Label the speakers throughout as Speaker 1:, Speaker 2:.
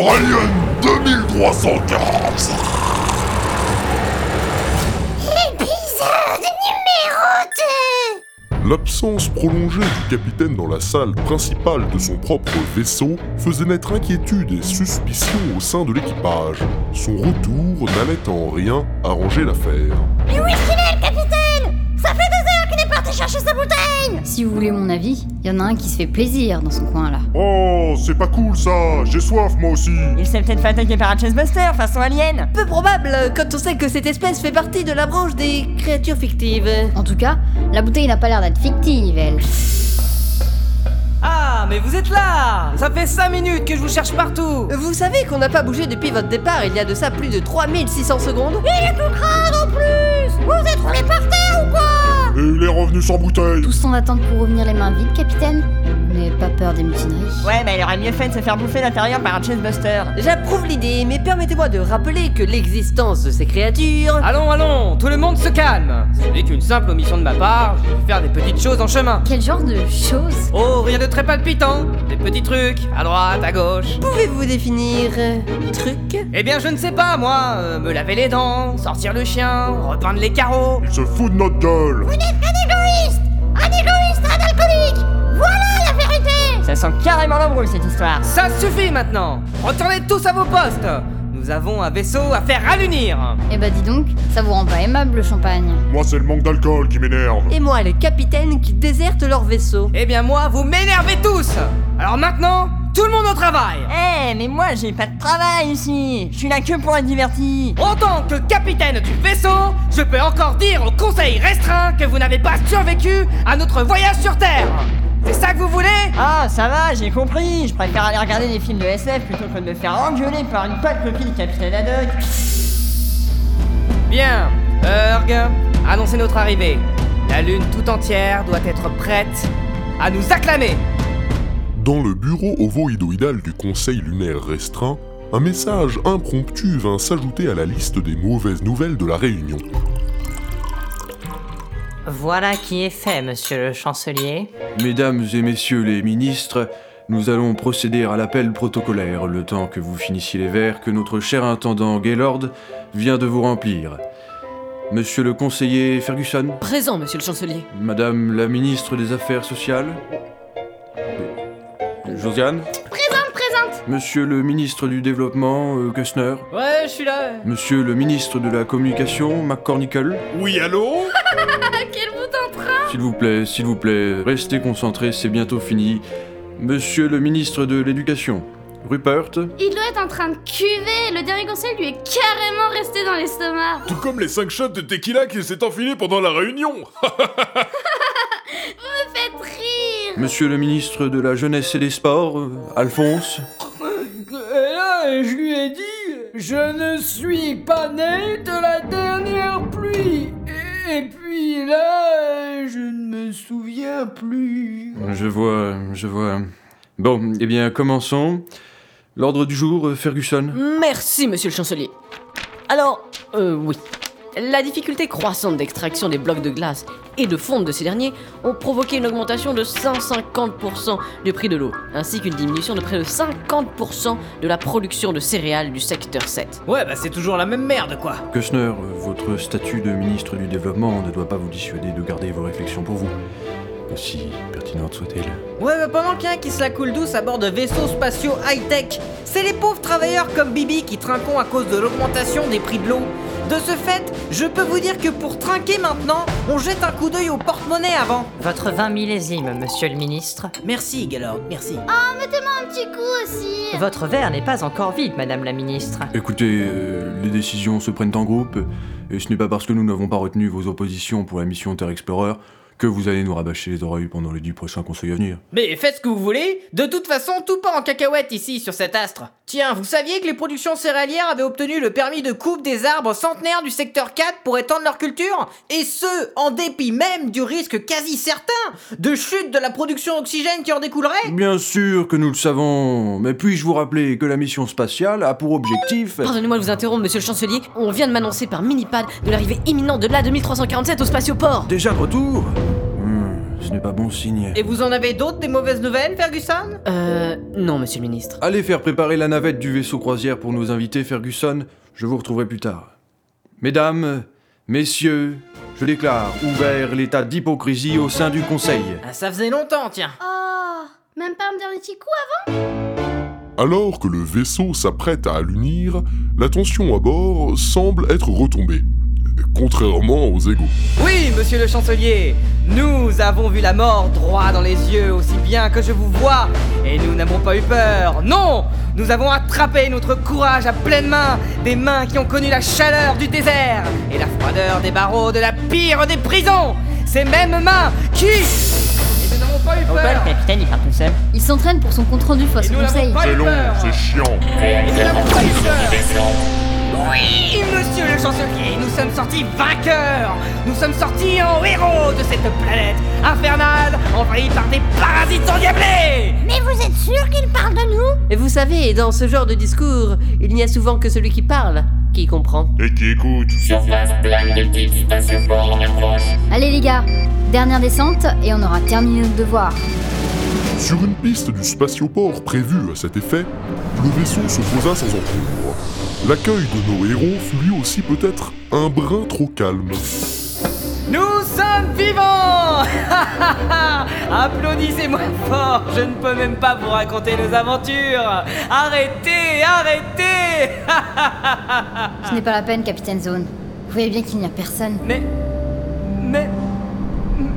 Speaker 1: Ryan 2315
Speaker 2: Épisode numéro 2
Speaker 1: L'absence prolongée du capitaine dans la salle principale de son propre vaisseau faisait naître inquiétude et suspicion au sein de l'équipage. Son retour n'allait en rien arranger l'affaire.
Speaker 2: Mais où est-ce qu'il est, le capitaine Ça fait deux heures qu'il est parti chercher sa bouteille
Speaker 3: Si vous voulez mon avis, il y en a un qui se fait plaisir dans son coin là.
Speaker 4: Oh, c'est pas cool ça J'ai soif moi aussi
Speaker 5: Il s'est peut-être fait attaquer par un chestbuster façon alien
Speaker 6: Peu probable, euh, quand on sait que cette espèce fait partie de la branche des créatures fictives.
Speaker 3: En tout cas, la bouteille n'a pas l'air d'être fictive, elle.
Speaker 7: Ah, mais vous êtes là Ça fait 5 minutes que je vous cherche partout
Speaker 6: Vous savez qu'on n'a pas bougé depuis votre départ il y a de ça plus de 3600 secondes
Speaker 2: Il est tout crade en plus Vous êtes roulé par terre ou quoi
Speaker 4: Et il est revenu sans bouteille
Speaker 3: Tous en attente pour revenir les mains vides, capitaine N'ayez pas peur des mutineries.
Speaker 5: Ouais, mais il aurait mieux fait de se faire bouffer l'intérieur par un chestbuster
Speaker 6: J'approuve l'idée, mais permettez-moi de rappeler que l'existence de ces créatures...
Speaker 7: Allons, allons, tout le monde se calme Ce n'est qu'une simple omission de ma part, j'ai dû faire des petites choses en chemin.
Speaker 3: Quel genre de chose
Speaker 7: Oh, rien de très palpitant Des petits trucs, à droite, à gauche.
Speaker 6: Pouvez-vous définir... euh, truc
Speaker 7: Eh bien, je ne sais pas, moi euh, Me laver les dents, sortir le chien, repeindre les carreaux...
Speaker 4: Il se fout de notre gueule
Speaker 2: Vous n'êtes qu'un égoïste Un égoïste, un alcoolique Voilà la vérité
Speaker 5: Ça sent carrément l'embrouille cette histoire
Speaker 7: Ça suffit maintenant Retournez tous à vos postes Nous avons un vaisseau à faire rallunir
Speaker 3: Eh bah dis donc, ça vous rend pas aimable le champagne.
Speaker 4: Moi c'est le manque d'alcool qui m'énerve
Speaker 6: Et moi, le capitaine qui déserte leur vaisseau.
Speaker 7: Eh bien, moi, vous m'énervez tous Alors maintenant, tout le monde au travail
Speaker 5: Eh, mais moi j'ai pas de travail ici Je suis là que pour être diverti
Speaker 7: En tant que capitaine du vaisseau, je peux encore dire au conseil restreint que vous n'avez pas survécu à notre voyage sur Terre. C'est ça que vous voulez
Speaker 5: Ah, ça va, j'ai compris Je préfère aller regarder des films de SF plutôt que de me faire engueuler par une pâle copie du capitaine Haddock
Speaker 7: Bien, Erg, annoncez notre arrivée. La Lune tout entière doit être prête à nous acclamer.
Speaker 1: Dans le bureau ovoïdoïdal du Conseil lunaire restreint, un message impromptu vint s'ajouter à la liste des mauvaises nouvelles de la réunion.
Speaker 5: Voilà qui est fait, monsieur le chancelier.
Speaker 8: Mesdames et messieurs les ministres, nous allons procéder à l'appel protocolaire le temps que vous finissiez les verres que notre cher intendant Gaylord vient de vous remplir. Monsieur le conseiller Ferguson,
Speaker 9: Présent, monsieur le chancelier.
Speaker 8: madame la ministre des Affaires sociales, Josiane,
Speaker 2: Présente, présente
Speaker 8: monsieur le ministre du Développement euh, Kushner,
Speaker 7: Ouais, je suis là.
Speaker 8: monsieur le ministre de la Communication McCormickle,
Speaker 4: Oui allô
Speaker 2: Ah, quel bout d'entrain
Speaker 8: S'il vous plaît, s'il vous plaît, restez concentrés, c'est bientôt fini. Monsieur le ministre de l'Éducation, Rupert,
Speaker 2: Il doit être en train de cuver Le dernier conseil lui est carrément resté dans l'estomac
Speaker 1: Tout comme les 5 shots de tequila qu'il s'est enfilé pendant la réunion
Speaker 2: Me faites rire
Speaker 8: Monsieur le ministre de la Jeunesse et des Sports, euh, Alphonse,
Speaker 7: Et là, euh, je lui ai dit, je ne suis pas né de la dernière pluie. Et puis là, je ne me souviens plus.
Speaker 8: je vois, je vois. Bon, eh bien, commençons. L'ordre du jour, euh, Ferguson.
Speaker 9: Merci, monsieur le chancelier. Alors, euh, oui. La difficulté croissante d'extraction des blocs de glace et de fonte de ces derniers ont provoqué une augmentation de 150% du prix de l'eau, ainsi qu'une diminution de près de 50% de la production de céréales du secteur 7.
Speaker 7: Ouais, bah c'est toujours la même merde, quoi.
Speaker 8: Kushner, euh, votre statut de ministre du Développement ne doit pas vous dissuader de garder vos réflexions pour vous, aussi pertinentes soient-elles.
Speaker 7: Ouais, mais pendant qu'il y en a qui se la coule douce à bord de vaisseaux spatiaux high-tech, c'est les pauvres travailleurs comme Bibi qui trinquons à cause de l'augmentation des prix de l'eau. De ce fait, je peux vous dire que pour trinquer maintenant, on jette un coup d'œil au porte-monnaie avant.
Speaker 5: Votre 20 millésime, monsieur le ministre.
Speaker 7: Merci, Galord, merci.
Speaker 2: Oh, Mettez-moi un petit coup aussi
Speaker 5: Votre verre n'est pas encore vide, madame la ministre.
Speaker 8: Écoutez, euh, les décisions se prennent en groupe, et ce n'est pas parce que nous n'avons pas retenu vos oppositions pour la mission Terre Explorer que vous allez nous rabâcher les oreilles pendant les dix prochains conseils à venir.
Speaker 7: Mais faites ce que vous voulez, de toute façon, tout part en cacahuète ici, sur cet astre. Tiens, vous saviez que les productions céréalières avaient obtenu le permis de coupe des arbres centenaires du secteur 4 pour étendre leur culture Et ce, en dépit même du risque quasi certain de chute de la production oxygène qui en découlerait
Speaker 8: Bien sûr que nous le savons, mais puis-je vous rappeler que la mission spatiale a pour objectif...
Speaker 9: Pardonnez-moi de vous interrompre, monsieur le chancelier, on vient de m'annoncer par Minipad de l'arrivée imminente de l'A2347 au spatioport.
Speaker 8: Déjà de retour Hmm, Ce n'est pas bon signe.
Speaker 7: Et vous en avez d'autres des mauvaises nouvelles, Ferguson
Speaker 9: Euh. Non, monsieur le ministre.
Speaker 8: Allez faire préparer la navette du vaisseau croisière pour nos invités, Ferguson. Je vous retrouverai plus tard. Mesdames, messieurs, je déclare ouvert l'état d'hypocrisie au sein du Conseil.
Speaker 7: Ah, Ça faisait longtemps, tiens.
Speaker 3: Oh Même pas me dire un petit coup
Speaker 1: Alors que le vaisseau s'apprête à allunir, la tension à bord semble être retombée, contrairement aux égaux.
Speaker 7: Oui, monsieur le chancelier, nous avons vu la mort droit dans les yeux, aussi bien que je vous vois, et nous n'avons pas eu peur. Non Nous avons attrapé notre courage à pleines mains, des mains qui ont connu la chaleur du désert et la froideur des barreaux de la pire des prisons Ces mêmes mains qui. Et nous n'avons pas eu
Speaker 5: Au bol,
Speaker 7: peur
Speaker 5: le capitaine, il part tout seul.
Speaker 3: avant Il s'entraîne pour son compte rendu
Speaker 7: Et
Speaker 3: face au
Speaker 7: nous n'avons
Speaker 3: conseil.
Speaker 7: pas
Speaker 4: C'est
Speaker 7: eu
Speaker 4: long,
Speaker 7: peur
Speaker 4: c'est chiant.
Speaker 7: Et nous n'avons pas eu peur Oui, monsieur le chancelier, nous sommes sortis vainqueurs Nous sommes sortis en héros de cette planète infernale, envahie par des parasites endiablés
Speaker 2: Mais vous êtes sûr qu'il parle de nous
Speaker 6: Et vous savez, dans ce genre de discours, il n'y a souvent que celui qui parle qui comprend.
Speaker 4: Et qui écoute
Speaker 3: Allez les gars, dernière descente et on aura terminé notre devoir.
Speaker 1: Sur une piste du spatioport prévue à cet effet, le vaisseau se posa sans encombre. L'accueil de nos héros fut lui aussi peut-être un brin trop calme.
Speaker 7: Nous sommes vivants Applaudissez-moi fort, je ne peux même pas vous raconter nos aventures Arrêtez, arrêtez
Speaker 3: Ce n'est pas la peine, capitaine Zone. Vous voyez bien qu'il n'y a personne.
Speaker 7: Mais... Mais...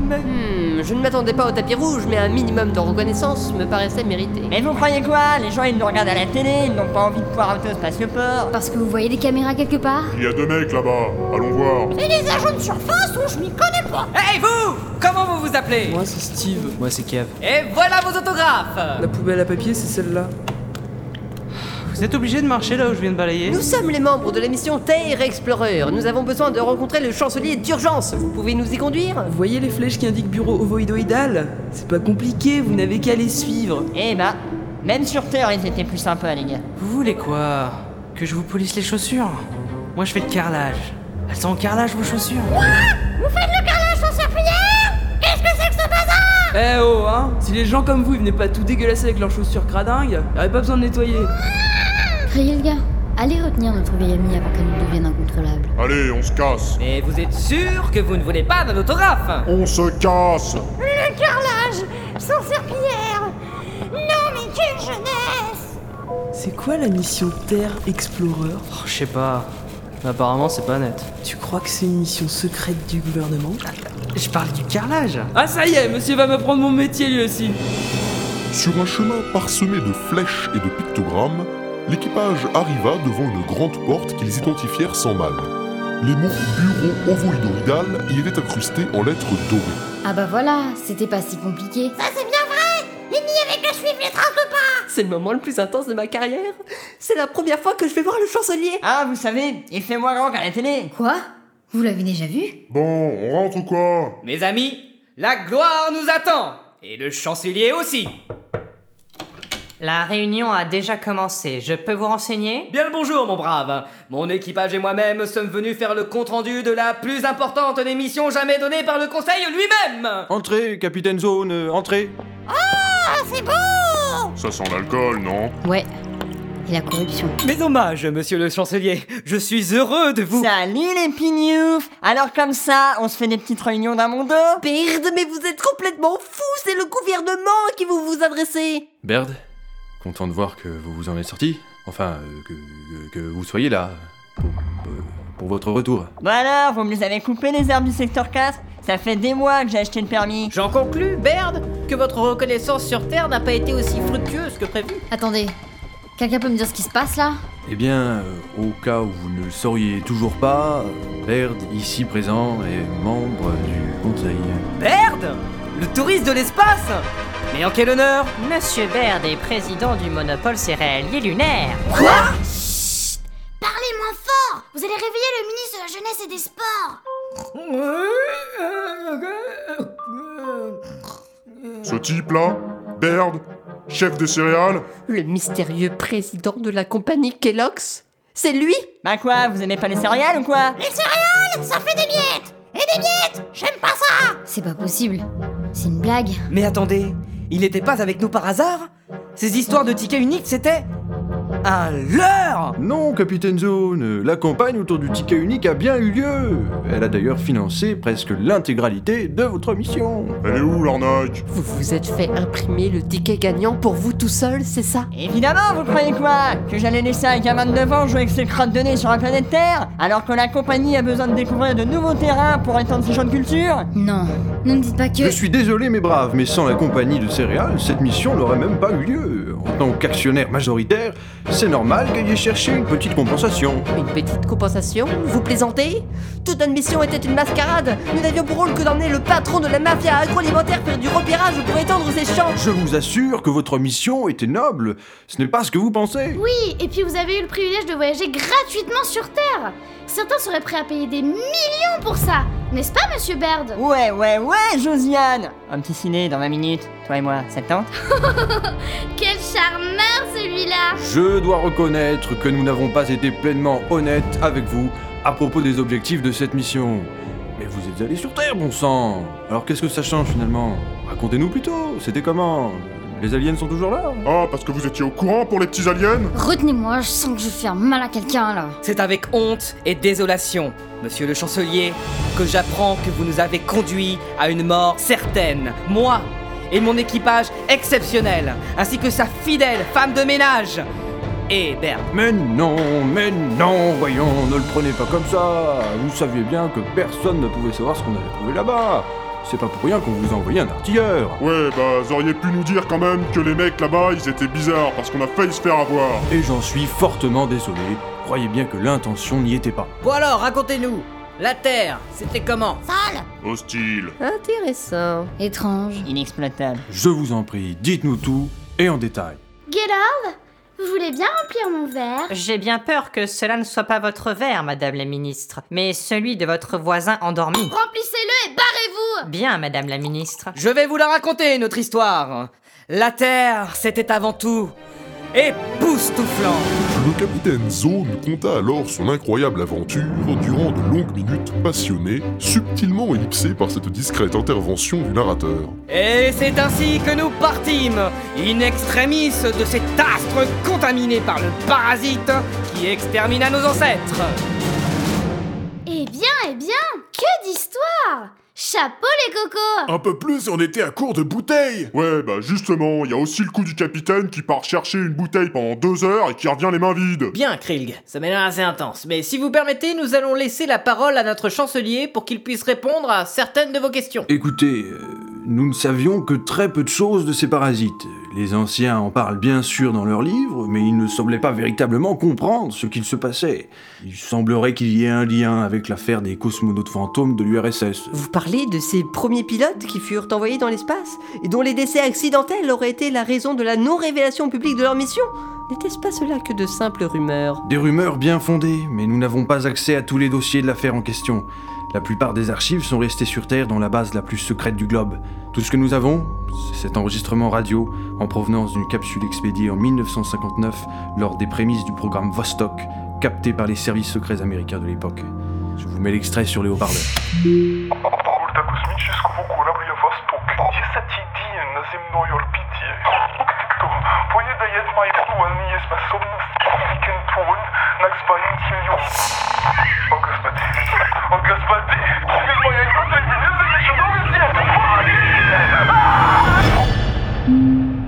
Speaker 7: Mais...
Speaker 6: Hmm, je ne m'attendais pas au tapis rouge, mais un minimum de reconnaissance me paraissait mérité.
Speaker 5: Mais vous croyez quoi Les gens, ils nous regardent à la télé, ils n'ont pas envie de poireauter au spatioport.
Speaker 3: Parce que vous voyez des caméras quelque part
Speaker 4: Il y a deux mecs là-bas, allons voir.
Speaker 2: Et les agents de surface où je m'y connais pas
Speaker 7: Hey vous Comment vous vous appelez
Speaker 10: Moi c'est Steve. Moi c'est Kev.
Speaker 7: Et voilà vos autographes
Speaker 10: La poubelle à papier c'est celle-là. Vous êtes obligé de marcher là où je viens de balayer
Speaker 6: Nous sommes les membres de la mission Terre Explorer. Nous avons besoin de rencontrer le chancelier d'urgence. Vous pouvez nous y conduire
Speaker 10: Vous voyez les flèches qui indiquent bureau ovoïdoïdal C'est pas compliqué, vous n'avez qu'à les suivre.
Speaker 5: Eh bah, même sur Terre, ils étaient plus sympas, les gars.
Speaker 10: Vous voulez quoi Que je vous polisse les chaussures Moi je fais le carrelage. Elles sont en carrelage vos chaussures
Speaker 2: Vous faites le carrelage sans serpillière Qu'est-ce que c'est que ce bazar
Speaker 10: Eh oh hein Si les gens comme vous ils venaient pas tout dégueulasser avec leurs chaussures cradingues, y'aurait pas besoin de nettoyer.
Speaker 3: Criez le gars, allez retenir notre vieille amie avant qu'elle ne devienne incontrôlable.
Speaker 4: Allez, on se casse.
Speaker 7: Mais vous êtes sûr que vous ne voulez pas d'un autographe
Speaker 4: On se casse
Speaker 2: Le carrelage sans serpillière Non mais quelle jeunesse
Speaker 10: C'est quoi la mission Terre Explorer
Speaker 7: Je sais pas. Ah, Apparemment, c'est pas net.
Speaker 10: Tu crois que c'est une mission secrète du gouvernement
Speaker 7: Je parle du carrelage.
Speaker 10: Ah ça y est, monsieur va m'apprendre mon métier lui aussi.
Speaker 1: Sur un chemin parsemé de flèches et de pictogrammes, l'équipage arriva devant une grande porte qu'ils identifièrent sans mal. Les mots bureau ovoïdoïdal y étaient incrustés en lettres dorées.
Speaker 3: Ah bah voilà, c'était pas si compliqué.
Speaker 2: Ça c'est bien vrai Il n'y avait qu'à suivre les traces de pas
Speaker 6: C'est le moment le plus intense de ma carrière. C'est la première fois que je vais voir le chancelier.
Speaker 5: Ah, vous savez, il fait moins grand qu'à la télé.
Speaker 3: Quoi Vous l'avez déjà vu
Speaker 4: Bon, on rentre ou quoi
Speaker 7: Mes amis, la gloire nous attend Et le chancelier aussi
Speaker 11: La réunion a déjà commencé, je peux vous renseigner
Speaker 7: Bien le bonjour, mon brave Mon équipage et moi-même sommes venus faire le compte-rendu de la plus importante des missions jamais donnée par le Conseil lui-même
Speaker 8: Entrez, capitaine Zone, euh, entrez.
Speaker 4: Ça sent l'alcool, non
Speaker 3: Ouais. Et la corruption.
Speaker 7: Mais dommage, monsieur le chancelier Je suis heureux de vous
Speaker 5: Salut les pignoufs Alors comme ça, on se fait des petites réunions dans mon dos
Speaker 6: Merde, mais vous êtes complètement fou. C'est le gouvernement à qui vous vous adressez.
Speaker 8: Baird, content de voir que vous vous en êtes sorti. Enfin, euh, que, que- que vous soyez là pour, euh, pour votre retour.
Speaker 5: Bah alors, vous me les avez coupés les arbres du secteur 4 Ça fait des mois que j'ai acheté le permis.
Speaker 7: J'en conclus, Baird
Speaker 6: Que votre reconnaissance sur Terre n'a pas été aussi fructueuse que prévu.
Speaker 3: Attendez, quelqu'un peut me dire ce qui se passe là
Speaker 8: Eh bien, euh, au cas où vous ne le sauriez toujours pas, Baird, ici présent, est membre du conseil.
Speaker 7: Baird Le touriste de l'espace Mais en quel honneur
Speaker 11: Monsieur Baird est président du monopole céréalier lunaire.
Speaker 2: Parlez moins fort Vous allez réveiller le ministre de la Jeunesse et des Sports
Speaker 4: Ce type-là Baird Chef des céréales
Speaker 6: Le mystérieux président de la compagnie Kellogg's. C'est lui
Speaker 5: Bah quoi, vous aimez pas les céréales ou quoi
Speaker 2: Les céréales, ça fait des miettes Et des miettes J'aime pas ça
Speaker 4: pas
Speaker 3: C'est pas possible. C'est une blague.
Speaker 7: Mais attendez, il n'était pas avec nous par hasard Ces histoires de tickets uniques, c'était. un leurre
Speaker 8: Non, Capitaine Zone, la campagne autour du ticket unique a bien eu lieu. Elle a d'ailleurs financé presque l'intégralité de votre mission.
Speaker 1: Elle est où l'arnaque
Speaker 6: Vous vous êtes fait imprimer le ticket gagnant pour vous tout seul, c'est ça
Speaker 2: Évidemment, vous croyez quoi Que j'allais laisser un gamin de 9 ans jouer avec ses crottes de nez sur la planète Terre Alors que la compagnie a besoin de découvrir de nouveaux terrains pour étendre ses champs de culture
Speaker 3: Non, ne me dites pas que...
Speaker 8: Je suis désolé, mes braves, mais sans la compagnie de céréales, cette mission n'aurait même pas eu lieu. En tant qu'actionnaire majoritaire, c'est normal qu'ayez cherché une petite compensation.
Speaker 6: Une petite compensation Vous plaisantez Toute notre mission était une mascarade Nous n'avions pour rôle que d'emmener le patron de la mafia agroalimentaire faire du repérage pour étendre ses champs
Speaker 8: Je vous assure que votre mission était noble. Ce n'est pas ce que vous pensez.
Speaker 3: Oui, et puis vous avez eu le privilège de voyager gratuitement sur Terre. Certains seraient prêts à payer des millions pour ça, n'est-ce pas, monsieur Baird
Speaker 2: Ouais, ouais, ouais, Josiane Un petit ciné dans 20 minutes, toi et moi, ça te tente
Speaker 3: Quel charmeur celui-là
Speaker 8: Je dois reconnaître que nous n'avons pas été pleinement honnêtes avec vous à propos des objectifs de cette mission. Mais vous êtes allés sur Terre, bon sang Alors qu'est-ce que ça change finalement Racontez-nous plutôt, c'était comment Les aliens sont toujours là
Speaker 1: Ah, parce que vous étiez au courant pour les petits aliens
Speaker 3: Retenez-moi, je sens que je vais faire mal à quelqu'un là.
Speaker 7: C'est avec honte et désolation, monsieur le chancelier, que j'apprends que vous nous avez conduits à une mort certaine. Moi et mon équipage exceptionnel, ainsi que sa fidèle femme de ménage. Et Bert.
Speaker 8: Mais non, mais non, voyons, ne le prenez pas comme ça Vous saviez bien que personne ne pouvait savoir ce qu'on avait trouvé là-bas C'est pas pour rien qu'on vous a envoyé un artilleur
Speaker 1: Ouais, bah, vous auriez pu nous dire quand même que les mecs là-bas, ils étaient bizarres parce qu'on a failli se faire avoir.
Speaker 8: Et j'en suis fortement désolé, croyez bien que l'intention n'y était pas.
Speaker 5: Bon alors, racontez-nous La Terre, c'était comment
Speaker 4: Sale
Speaker 1: Hostile.
Speaker 6: Intéressant.
Speaker 3: Étrange.
Speaker 2: Inexploitable.
Speaker 8: Je vous en prie, dites-nous tout, et en détail.
Speaker 4: Gellard Vous voulez bien remplir mon verre
Speaker 12: J'ai bien peur que cela ne soit pas votre verre, madame la ministre, mais celui de votre voisin endormi.
Speaker 4: Remplissez-le et barrez-vous
Speaker 12: Bien, madame la ministre.
Speaker 7: Je vais vous la raconter, notre histoire. La Terre, c'était avant tout époustouflant.
Speaker 13: Le capitaine Zone conta alors son incroyable aventure durant de longues minutes passionnées, subtilement ellipsées par cette discrète intervention du narrateur.
Speaker 7: Et c'est ainsi que nous partîmes, in extremis de cet astre contaminé par le parasite qui extermina nos ancêtres.
Speaker 4: Eh bien, eh bien, que d'histoire Chapeau les cocos
Speaker 14: Un peu plus, on était à court de bouteilles
Speaker 1: Ouais, bah justement, il y a aussi le coup du capitaine qui part chercher une bouteille pendant deux heures et qui revient les mains vides.
Speaker 5: Bien, Krilg, ce mélange est assez intense, mais si vous permettez, nous allons laisser la parole à notre chancelier pour qu'il puisse répondre à certaines de vos questions.
Speaker 8: Écoutez, euh, nous ne savions que très peu de choses de ces parasites. Les anciens en parlent bien sûr dans leurs livres, mais ils ne semblaient pas véritablement comprendre ce qu'il se passait. Il semblerait qu'il y ait un lien avec l'affaire des cosmonautes fantômes de l'URSS.
Speaker 6: Vous parlez de ces premiers pilotes qui furent envoyés dans l'espace et dont les décès accidentels auraient été la raison de la non-révélation publique de leur mission N'était-ce pas cela que de simples rumeurs
Speaker 8: Des rumeurs bien fondées, mais nous n'avons pas accès à tous les dossiers de l'affaire en question. La plupart des archives sont restées sur Terre dans la base la plus secrète du globe. Tout ce que nous avons, c'est cet enregistrement radio en provenance d'une capsule expédiée en 1959 lors des prémices du programme Vostok, capté par les services secrets américains de l'époque. Je vous mets l'extrait sur les haut-parleurs.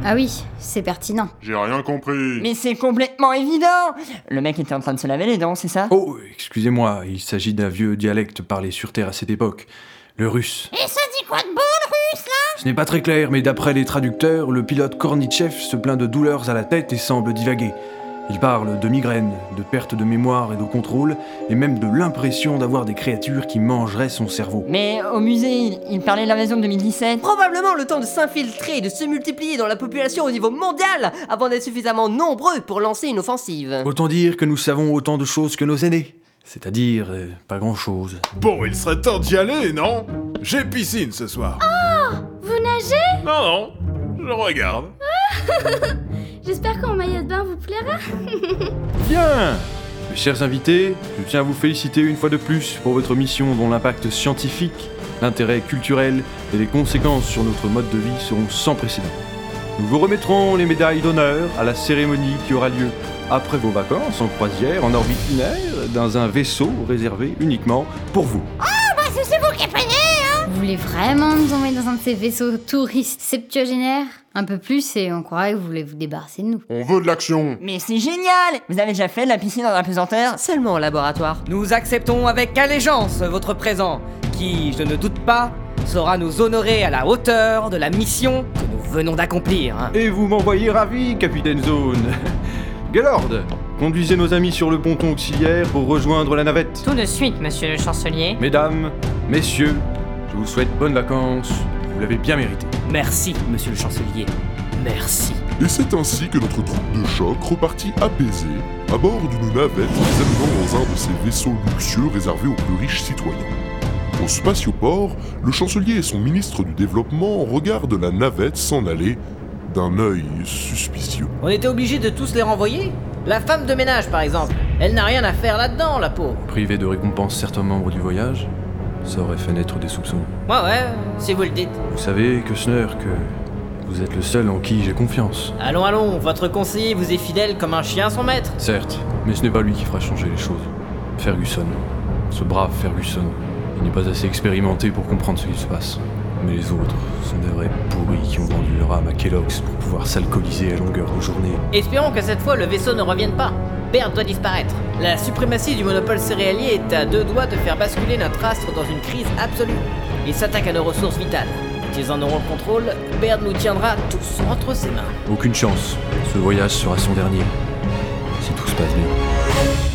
Speaker 3: Ah oui, c'est pertinent.
Speaker 1: J'ai rien compris.
Speaker 2: Mais c'est complètement évident Le mec était en train de se laver les dents, c'est ça
Speaker 8: Oh, excusez-moi, il s'agit d'un vieux dialecte parlé sur Terre à cette époque, le russe.
Speaker 4: Et ça dit quoi de beau le russe là
Speaker 8: Ce n'est pas très clair, mais d'après les traducteurs, le pilote Kornichev se plaint de douleurs à la tête et semble divaguer. Il parle de migraines, de perte de mémoire et de contrôle, et même de l'impression d'avoir des créatures qui mangeraient son cerveau.
Speaker 2: Mais au musée, il, il parlait de l'invasion de 2017.
Speaker 6: Probablement le temps de s'infiltrer et de se multiplier dans la population au niveau mondial avant d'être suffisamment nombreux pour lancer une offensive.
Speaker 8: Autant dire que nous savons autant de choses que nos aînés. C'est-à-dire, euh, pas grand-chose.
Speaker 14: Bon, il serait temps d'y aller, non J'ai piscine ce soir.
Speaker 4: Oh, Vous nagez
Speaker 14: Non, non, je regarde.
Speaker 4: J'espère qu'en maillot de bain vous plaira.
Speaker 8: Bien Mes chers invités, je tiens à vous féliciter une fois de plus pour votre mission dont l'impact scientifique l'intérêt culturel et les conséquences sur notre mode de vie seront sans précédent. Nous vous remettrons les médailles d'honneur à la cérémonie qui aura lieu après vos vacances en croisière en orbite lunaire dans un vaisseau réservé uniquement pour vous.
Speaker 3: Ah bah c'est vous qui payez, hein Vous voulez vraiment nous emmener dans un de ces vaisseaux touristes septuagénaires Un peu plus et on croirait que vous voulez vous débarrasser de nous.
Speaker 15: On veut de l'action
Speaker 6: Mais c'est génial Vous avez déjà fait de la piscine en apesanteur Seulement au laboratoire.
Speaker 7: Nous acceptons avec allégeance votre présent, qui, je ne doute pas, saura nous honorer à la hauteur de la mission que nous venons d'accomplir. hein.
Speaker 8: Et vous m'envoyez ravi, capitaine Zone. Gellord, conduisez nos amis sur le ponton auxiliaire pour rejoindre la navette.
Speaker 16: Tout de suite, monsieur le chancelier.
Speaker 8: Mesdames, messieurs, je vous souhaite bonnes vacances. Vous l'avez bien mérité.
Speaker 7: Merci, monsieur le chancelier. Merci.
Speaker 1: Et c'est ainsi que notre troupe de choc repartit apaisée à bord d'une navette les amenant dans un de ces vaisseaux luxueux réservés aux plus riches citoyens. Au spatioport, le chancelier et son ministre du Développement regardent la navette s'en aller d'un œil suspicieux.
Speaker 5: On était obligé de tous les renvoyer La femme de ménage, par exemple. Elle n'a rien à faire là-dedans, la pauvre.
Speaker 8: Privé de récompense certains membres du voyage, ça aurait fait naître des soupçons.
Speaker 5: Ouais, ouais, si vous le dites.
Speaker 8: Vous savez, Kushner, que vous êtes le seul en qui j'ai confiance.
Speaker 5: Allons, allons, votre conseiller vous est fidèle comme un chien à son maître.
Speaker 8: Certes, mais ce n'est pas lui qui fera changer les choses. Ferguson, ce brave Ferguson, il n'est pas assez expérimenté pour comprendre ce qui se passe. Mais les autres sont des vrais pourris qui ont vendu leur âme à Kellogg's pour pouvoir s'alcooliser à longueur de journée.
Speaker 5: Espérons que cette fois le vaisseau ne revienne pas. Berne doit disparaître. La suprématie du monopole céréalier est à deux doigts de faire basculer notre astre dans une crise absolue. Il s'attaque à nos ressources vitales. Quand ils en auront le contrôle, Berne nous tiendra tous entre ses mains.
Speaker 8: Aucune chance, ce voyage sera son dernier. Si tout se passe bien.